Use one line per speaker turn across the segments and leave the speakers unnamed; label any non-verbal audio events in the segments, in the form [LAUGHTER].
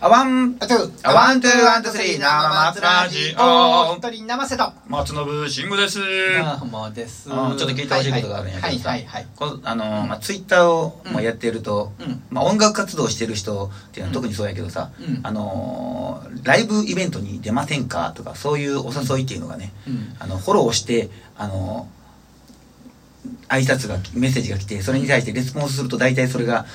アワン、
あ、ちょっと、
アワン、ツー、ワン、ツー、スリー、生松ラジオ。
一人生瀬戸。
松信慎吾です。
あー、もうです。
あーちょっと聞いてほしいことがあるんやけどさ
はいはいはい
このあのー、まあ、ツイッターを、まあ、やってると、
はい。うん。
まあ、音楽活動してる人っていうのは特にそうやけどさ、
うん
あのーライブイベントに出ませんかとか、そういうお誘いっていうのがね、
うん。
あの、フォローして、あのー挨拶が、メッセージが来て、それに対してレスポンスすると大体それが、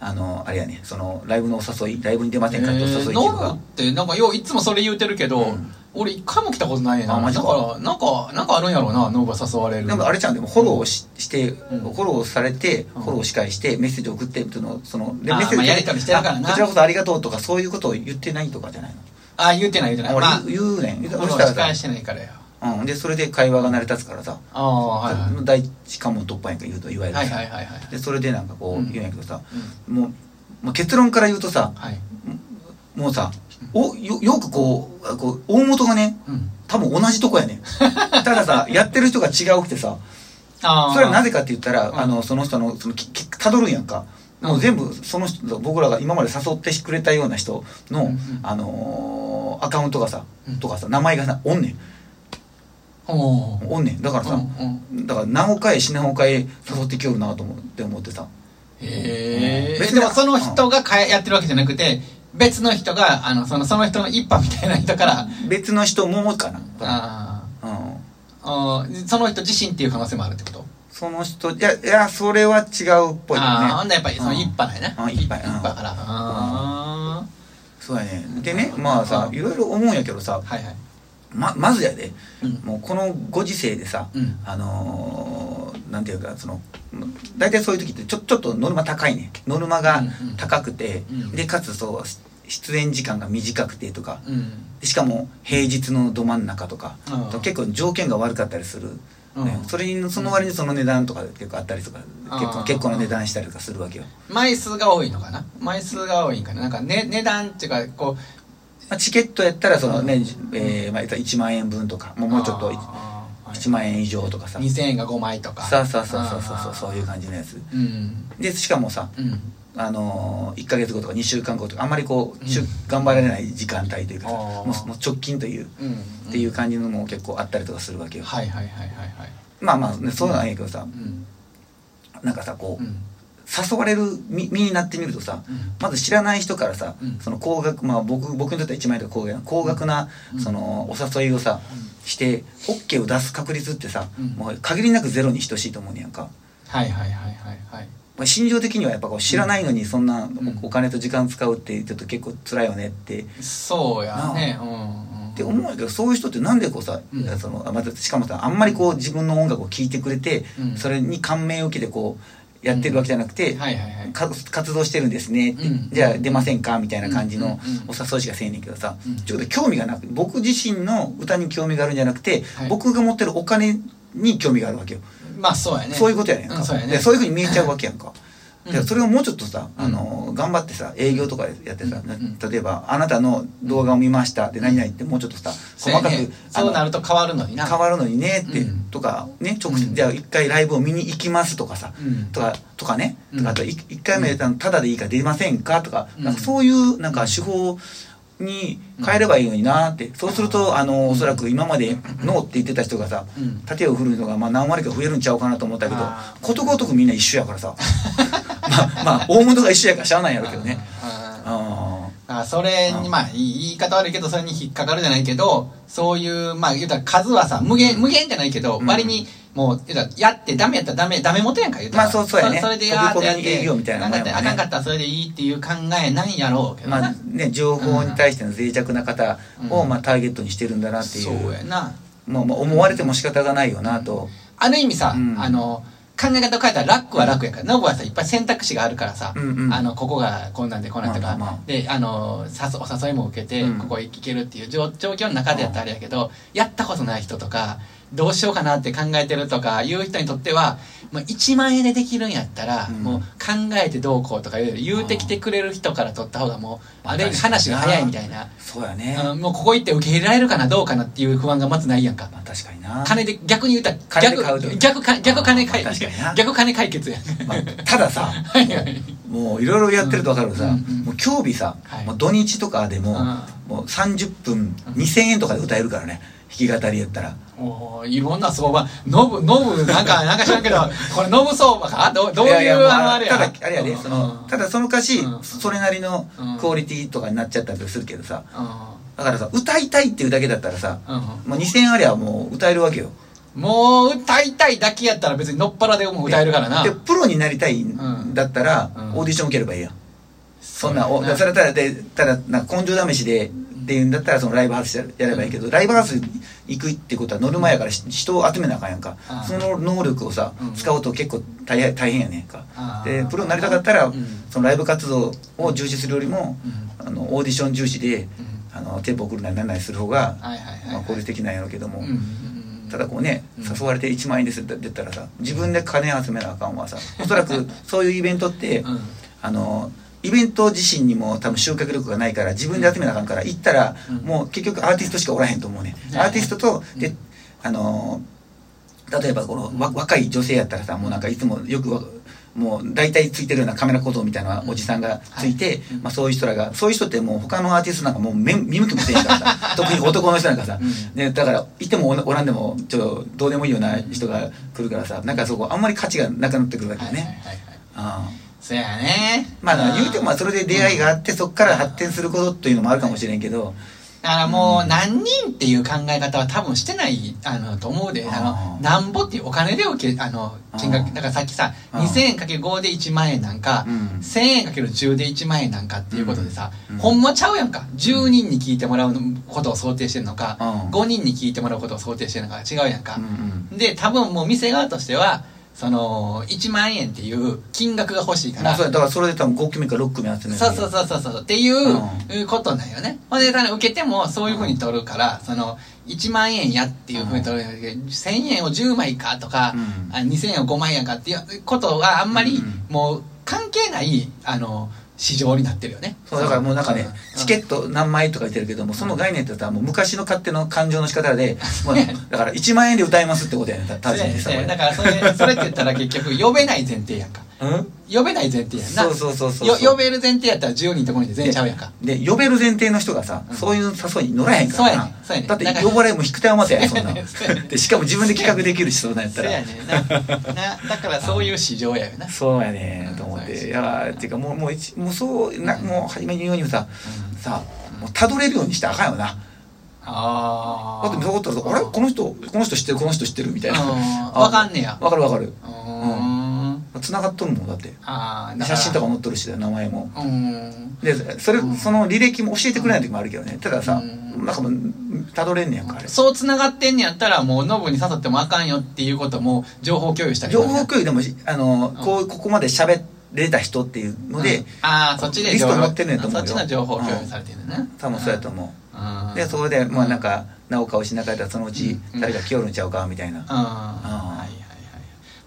あのーあれやね、その、ライブのお誘い、ライブに出ませんかってお誘いっていうの
ノ
が
ブ、って、なんかよう、いつもそれ言うてるけ
う
ど
ん、
俺一回も来たことないねんな。
あマジか
だから、なんか、なんかあるんやろうな、ノブが誘われる。
なんかあれちゃんでもフォローしして、
うん
フォローされて、
うん
フォローし返して、メッセージ送ってっていうのを、その、で
あー
メッセージ
まあやり取りしてるからな
あこちらこそありがとうとか、そういうことを言ってないとかじゃないの。
あー、言うてない言うてない。
俺、
まあ、フ
言うねん。
ォ
俺
ロ
し
ー
た
し返
ら
してないからよ。
さ、うん。で、それで会話が成り立つからさ、
ああ、はいはい。
第一関門突破やんか言うと、いわゆるさ、
はいはいはいはい。
で、それでなんかこ
う
うん言うんやけどさ、
うん
もう、もう結論から言うとさ、
はい。
もうさ、およよくこう、あこう大元がね、
うん。
多分同じとこ
[LAUGHS]
やねん。たださ、やってる人が違うくてさ、
あ
それはなぜ
か。
かって言ったら、
うん
あのその人のそのききたどるんやんか、もう全部その人僕らが今まで誘ってくれたような人の、
うんうん
あのーアカウントがさ、
うん
とかさ名前がさおんねん
おー
おんねんだから
う
さ、
んうん
だから何回し何回誘ってきよるなと思って思ってさ
へ
うん
え
別
で
に
もその人がかえやってるわけじゃなくて別の人があのそのその人の一派みたいな人から
別の人もかな
あ
うん、
あーその人自身っていう可能性もあるってこと
その人いやいやそれは違うっぽいよ
ああほ
ね
んでやっぱりその一派だよね
うんうん一派うん
派からあ
そうやねでねまあさいろいろ思うんやけどさ
あはいはい
ままずやで
うん
もうこのご時世でさ、
うん
あのーなんていうかその大体そういう時ってちょちょっとノルマ高いねノルマが
うんうん
高くて、
うん
でかつそうし出演時間が短くてとか
うん
でしかも平日のど真ん中とか、
あー
結構条件が悪かったりする、ね
うん
それにその割にその値段とか結構あったりとか、
あー
結構結構な値段したりとかするわけよ、
枚数が多いのかな枚数が多いんかななんか、ね、値段っていうかこう
まあ、チケットやったらそのね、
うん
えーまあ、1万円分とかもうもうちょっと
あーはい
1万円以上とかさ
2000円が5枚とか
そうそうそうそうそうそうそういうう感じのやつ
うん
でしかもさ
うん
あのー、1か月後とか2週間後とかあんまりこう、しゅ
うん
頑張られない時間帯というかさ
あ
も
ー
うもう直近という、
うん
っていう感じのも結構あったりとかするわけよ、
はいはいはいはいはい
まあまあ、ね、そうなんやけどさ
うん
なんかさこう、
うん
誘われる身身になってみるとさ
うん
まず知らない人からさ、
うん
その高額まあ僕僕にとっては1万円とか高額高額な、
うん
そのお誘いをさしてオッケーを出す確率ってさ、
うん
もう限りなくゼロに等しいと思うねやんか、
はいはいはいはいはい
まあ、心情的にはやっぱこう知らないのにそんな
うん
おお金と時間使うってちょっと結構辛いよねって
そうやねうんうん
って思うんやけどそういう人ってなんでこうさ、
うん
そのあまたしかもさあんまりこう自分の音楽を聴いてくれて、
うん
それに感銘を受けてこうやってるわけじゃなくて、
はいはいはい
か活動してるんですねって、
うん
じゃあ出ませんかみたいな感じの
うんうんうん
お誘いしかせえねんけどさ、
うん
ちょっと興味がなく僕自身の歌に興味があるんじゃなくて、
はい
僕が持ってるお金に興味があるわけよ、
まあそうやね
そういうことやねんか、
うんそうやね
でそういうふうに見えちゃうわけやんか。
うん
でそれをもうちょっとさ、
うん
あの頑張ってさ営業とかやってさ、
うんうん
例えば「あなたの動画を見ました」って何々ってもうちょっとさ細かく、
そうやね
あ
そう
の
なると変わるのにな
変わるのにねって、
うん
とかね直接、
うん
じゃあ一回ライブを見に行きますとかさ、
うん
とかとかね、
うん
とかあとい一回目ただでいいから出ませんかとか,、
うん
なんかそういうなんか手法に変えればいいのになって、そうするとあのおそらく今までノーって言ってた人がさ、
うん
盾を振るのがまあ何割か増えるんちゃうかなと思ったけど
あー
ことごとくみんな一緒やから
[LAUGHS]
さまあまあ大元が一緒やからしゃあないやろうけどね
あ
あー
あそれにまあいい言い方悪いけどそれに引っかかるじゃないけどそういうまあ言うたら数はさ無限無限じゃないけど
うん
割にもう言うたらやってダメやったらダメダメ元やんか言うたら
まあそうそうやね
それでやーってやっ
飛び込み営業みた
て
いな
な
んもん
か
やもんね
あかんかったらそれでいいっていう考えなんやろうけどな、
まあね情報に対しての脆弱な方を
うん
まあターゲットにしてるんだなっていう,、
そうやな
まあ、まあ思われても仕方がないよなと、
ある意味さ、
うん
あの考え方を変えたら楽は楽やから、ノブはさいっぱい選択肢があるからさ、
うんうん
あのここがこんなんでこうなったか
ま
ら、
あまあまあ
であの誘お誘いも受けて、
うん
ここへ行けるっていう状状況の中でやったらあれやけど、やったことない人とかどうしようかなって考えてるとかいう人にとってはもう1万円でできるんやったら、
うん
もう考えてどうこうとかいうより言うてきてくれる人から取った方がもう
あ
あれ話が早いみたいな、
そうやね、
うんもうここ行って受け入れられるかなどうかなっていう不安がまずないやんか。
まあ確かにな、
金で逆に言うた
金
ら
で買うと
逆逆か逆金解
あー確かにな
逆金解決やん
まあ、たださ
[LAUGHS] はいはい
もういろいろやってると分かるけどさ、
うんうんうん
もう競技さ、
はい
もう土日とかでも,、
う
もう30分2000円とかで歌えるからね弾き語りやったら
おーいろんな相場ノブノブなんかなんか知らんけど [LAUGHS] これノブ相場かどどういう
ややも
あのあれや
ただあれやで、そのただその歌詞、
うん
それなりの
うん
クオリティとかになっちゃったりするけどさ
う
だからさ歌いたいっていうだけだったらさ、
んうん
もう2000円ありゃもう歌えるわけよ
もう歌いたいだけやったら別にのっぱらでも歌えるからな
でプロになりたいんだったら、
うん
オーディション受ければいいやんそんな
う
お
や
それただでただなんか根性試しでっていうんだったらそのライブハウスややればいいけど、ライブハウス行くってことはノルマやからし人を集めなあかんやんか、
ああ
その能力をさ、
うん
使うと結構大変大変やねんか
ああ
でプロになりたかったら、
うん
そのライブ活動を重視するよりも、
うん
あのオーディション重視で、
うん
あのテンポ送るなりなんなりする方が、
はいはいはい、
まあ、効率的なんやろうけども、
うんうんうん
ただこうね
うん
誘われて1万円ですって言ったらさ自分で金集めなあかんわさおそらくそういうイベントって、
うん
あのイベント自身にも多分集客力がないから自分で集めなあかんから行ったら、
うん
もう結局アーティストしかおらへんと思うね、
はいはい
アーティストとで、
うん
あの例えばこの、わ若い女性やったらさもうなんかいつもよくわもう大体ついてるようなカメラ小僧みたいなおじさんがついて、
はい
まあ、そういう人らがそういう人ってもう他のアーティストなんかもう目見向きもせんからさ
[LAUGHS]
特に男の人なんかさ、
うん
ね、だからいてもおらおらんでもちょっとどうでもいいような人が来るからさなんかそこあんまり価値がなくなってくるわけよね。
はいはいはいはい
ああ
そやね
まあ、言うてもまあそれで出会いがあって、そこから発展することっていうのもあるかもしれんけど、
だからもう何人っていう考え方は多分してないあのと思うであ
あ
の
ー
なんぼっていうお金で受けあの金
あ
額
ー
だからさっきさ
あー
2000円×5 で1万円なんか
うん
1000円 ×10 で1万円なんかっていうことでさ、
うん
ほんまちゃうやんか10人に聞いてもらうことを想定してるのか、
うん
5人に聞いてもらうことを想定してるのか違うやんか
うん、うん
で多分もう店側としてはその1万円っていう金額が欲しいから、
まあ、そうやだからそれで多分5組か6組集める
そうそう
う
そうそうそうっていううことなんよねほんであの受けてもそういうふうに取るから、その1万円やっていうふうに取るんだけど、1000円を10枚かとか、
うん
あ2000円を5枚やかっていうことはあんまり
うん
もう関係ないあの市場になってるよね
そうだからもうなんかね、
ん
チケット何枚とか言ってるけどもその概念ってさもう昔の勝手の感情の仕方
[LAUGHS]
で、まあ、だから1万円で歌いますってことやねた単純にさ
そう
これ
やねだからそれそれって言ったら結局呼べない前提やんか
うん
呼べない前提やんな
そうそうそうそう
よ呼べる前提やったら10人とこにで全員ちゃうやんか
で呼べる前提の人がさ、
うん
そういう誘いに乗らへんからな
そうやねそうやね
だって呼ばれも引く手は待てやそんな
[LAUGHS] そうやね
んでしかも自分で企画できるしそうなんやっ
そ
た
う
ら
やねんな [LAUGHS] なだからそういう市場やよな
そうやね
うん
と思っ
そう
てい
や
やーっていうかもうもう一もうそうな
うん
もう初めに言うようにさ、
うん
さもうたどれるようにしたらあかんよな
あ
だってそう思ったらさあれこの人この人知ってるこの人知ってるみたいな
うん
あ
わかんねや
わかるわかる
うーん
繋がっとるもんだって
あーだ
写真と
か
か載っとるしだよ名前も
らうーん
でそれ
うん
その履歴も教えてくれない時もあるけどねたださ
うん
なんかもうたどれんねやんかあれ
そうつながってんねやったらもうノブに誘ってもあかんよっていうことも情報共有したりと
情
かね
報共有でもしあの
ん
こうここまで喋れた人っていうの
う
で
んああそっちで
リス
情
ト
報
載ってんねんと思う
そ
よ
っちの情報共有されてるね
多分そうやと思う
うん
でそこでまあなんかなおかおしなかったらそのうち
うん
誰か来よるんちゃうかみたいな
うんはいはいはい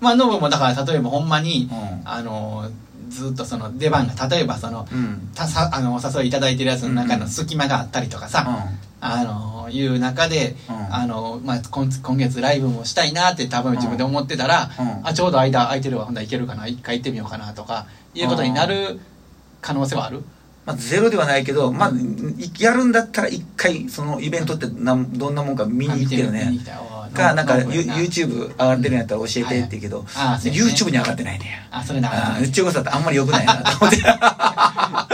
まあノブもだから例えばほんまに
うん
あのずっとその出番が例えばその
うん
たさあのお誘いいただいてるやつの中
うんう
の
ん
隙間があったりとかさ、
う
あのいう中で、
うん
あのまあ、今今月ライブもしたいなって多分自分で思ってたら、
うんうん
あちょうど間空いてるわほんなら行けるかな一回行ってみようかなとかいうことになる可能性はある、
まあ、ゼロではないけど、まあ、いやるんだったら一回そのイベントってなんどんなもんか見
あ
に
見
行くけど
見に
ね
行きたいおー
かなんか
ノブや
ユ YouTube 上がってるんやったら教えてって言うけど、
ああそうやね
YouTube に上がってないね
あそれな
ああ中国だってあんまり良くないなと思って
あ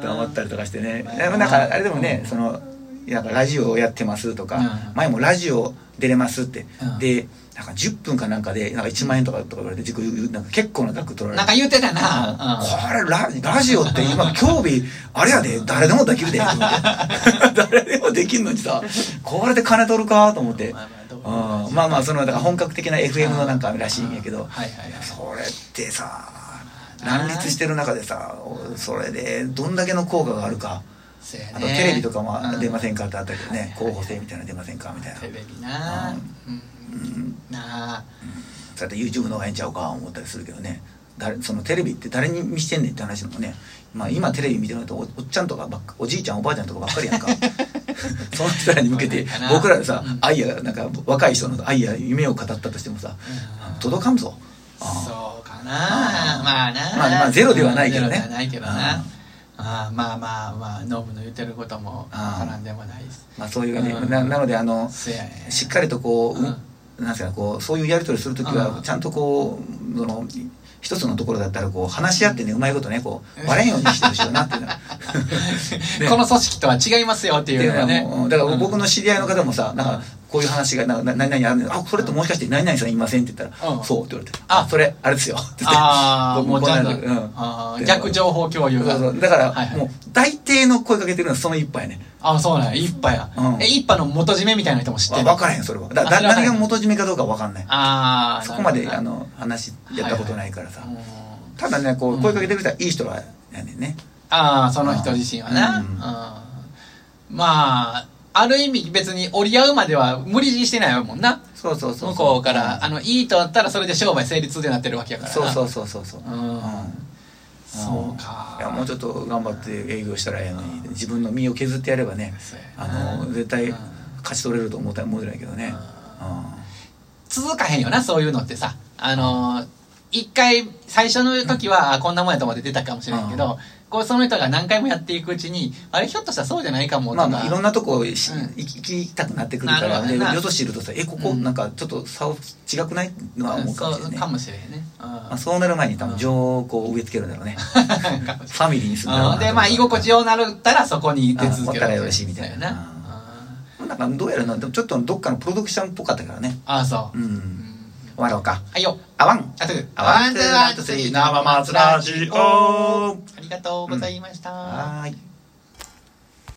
ー
と思ったりとかしてね
うん
でもなんかあれでもね
うん
そのなんかラジオをやってますとか、
うん
前もラジオ出れますって、
うん
でなんか10分かなんかでなんか1万円とかとか言われて自己なんか結構な額取られて
なんか言うてた
あ
な、うん
これララジオって今興味あれやで誰でもできるでと
[LAUGHS]
思って誰でもできんのにさこれで金取るかと思って
まあまあどう
うんまあまあそのだから本格的な FM のなんからしいんやけ
あ
ど
はいはいはい
それってさ
まあな
乱立してる中でさおそれでどんだけの効果があるか
そうやね
あとテレビとかも
うん
出ませんかってあったけどね
う
候
ん
補生みたいなの出ませんかみたいな
テレビな
う
うんなあ
そうやって YouTube の方がええんちゃうか思ったりするけどね誰そのテレビって誰に見してんねんって話もね、まあ、今テレビ見てるのとおおっちゃんとかばっかおじいちゃんおばあちゃんとかばっかり
[LAUGHS]
やんかその人らに向けて
そうなんかな
僕らでさ
うん
愛やなんか若い人の愛や夢を語ったとしてもさ
うん
届かんぞああ
そうかなな
うん
まあな
まあまあゼロではないけどね
ゼロではないけど
う
なんあーまあまあまあノブの言ってることもわからんでもないです
まあそういうね、
うん
ななのであの
せやね
しっか
[LAUGHS]
りとこう、
うん
なんですかねこうそういうやり取りするとき
う
は
ん
ちゃんとこうその一つのところだったらこう話し合ってねうまいことねこう割れんようにしてほしいよなっていうのは [LAUGHS] ね
[LAUGHS] この組織とは違いますよって
っ
い
ていう
うの
のは
はね
もうだから僕
うん
の知り合いの方もさ、なん
うん
かこういう話がなんかな何々あるんだけどあそれともしかして何々さんいませんって言ったら、
うん
そうって言われて
あ
あそれあれですよって言って
ああ
僕
もうちゃんと、
こんなのうん
あー逆情報共有
そう
が
そうだから、
はいはい
もう大抵の声かけてるのはその一杯ね
あそうなんや一派や、
うん
え一派の元締めみたいな人も知って
わ
る
分からへんそれはだ
あ
だ
知らない
誰が元締めかどうか分かんない
ああ
そこまで
なる
あ
ほどな
の話やったことないからさ、
うん
ただねこ
う
うん声かけてくれたらいい人はやねんね、
ああその人自身はな、
うん
うんまあある意味別に折り合うまでは無理強いしてないもんな
そうそうそう
向こうから、
うん
あのいいとだったらそれで商売成立でなってるわけやから
そう
な
そううそうそうそう、
ん、そうか
いやもうちょっと頑張って営業したらええのに自分の身を削ってやればね
そうやな
あの絶
う
対
ん
勝ち取れると思ったらもんやけどね、
続かへんよなそういうのってさあのー一回最初の時はあこんなもんやと思って出たかもしれんけど、こうその人が何回もやっていくうちにあれひょっとしたらそうじゃないか
う
も
ん、
とか、
まあまあいろんなとこし、
うん
行き行きたくなってくるか
なる
ら
ほど
で
ねな
よそ知るとさえここ
うん
なんかちょっと差を違くないのは思うかもしれない、
そう
ね
かもしれんね、うん
まあ、そうなる前に多
うん
分情をこう植え付けるんだろうね
[LAUGHS] かもしれん
ファミリーにするんだろう
う
なん
でまあ居心地ようなるったらそこに手続け
あ持ったらよろしいみたいな
な
なんかどうやらなでもちょっとどっかのプロダクションっぽかったからね
ああそうう、
ん、
うん
終わろうか
はいよ
あわん
あとで
ワンツーワンツー生松ラジオ
ありがとうございました、
はーい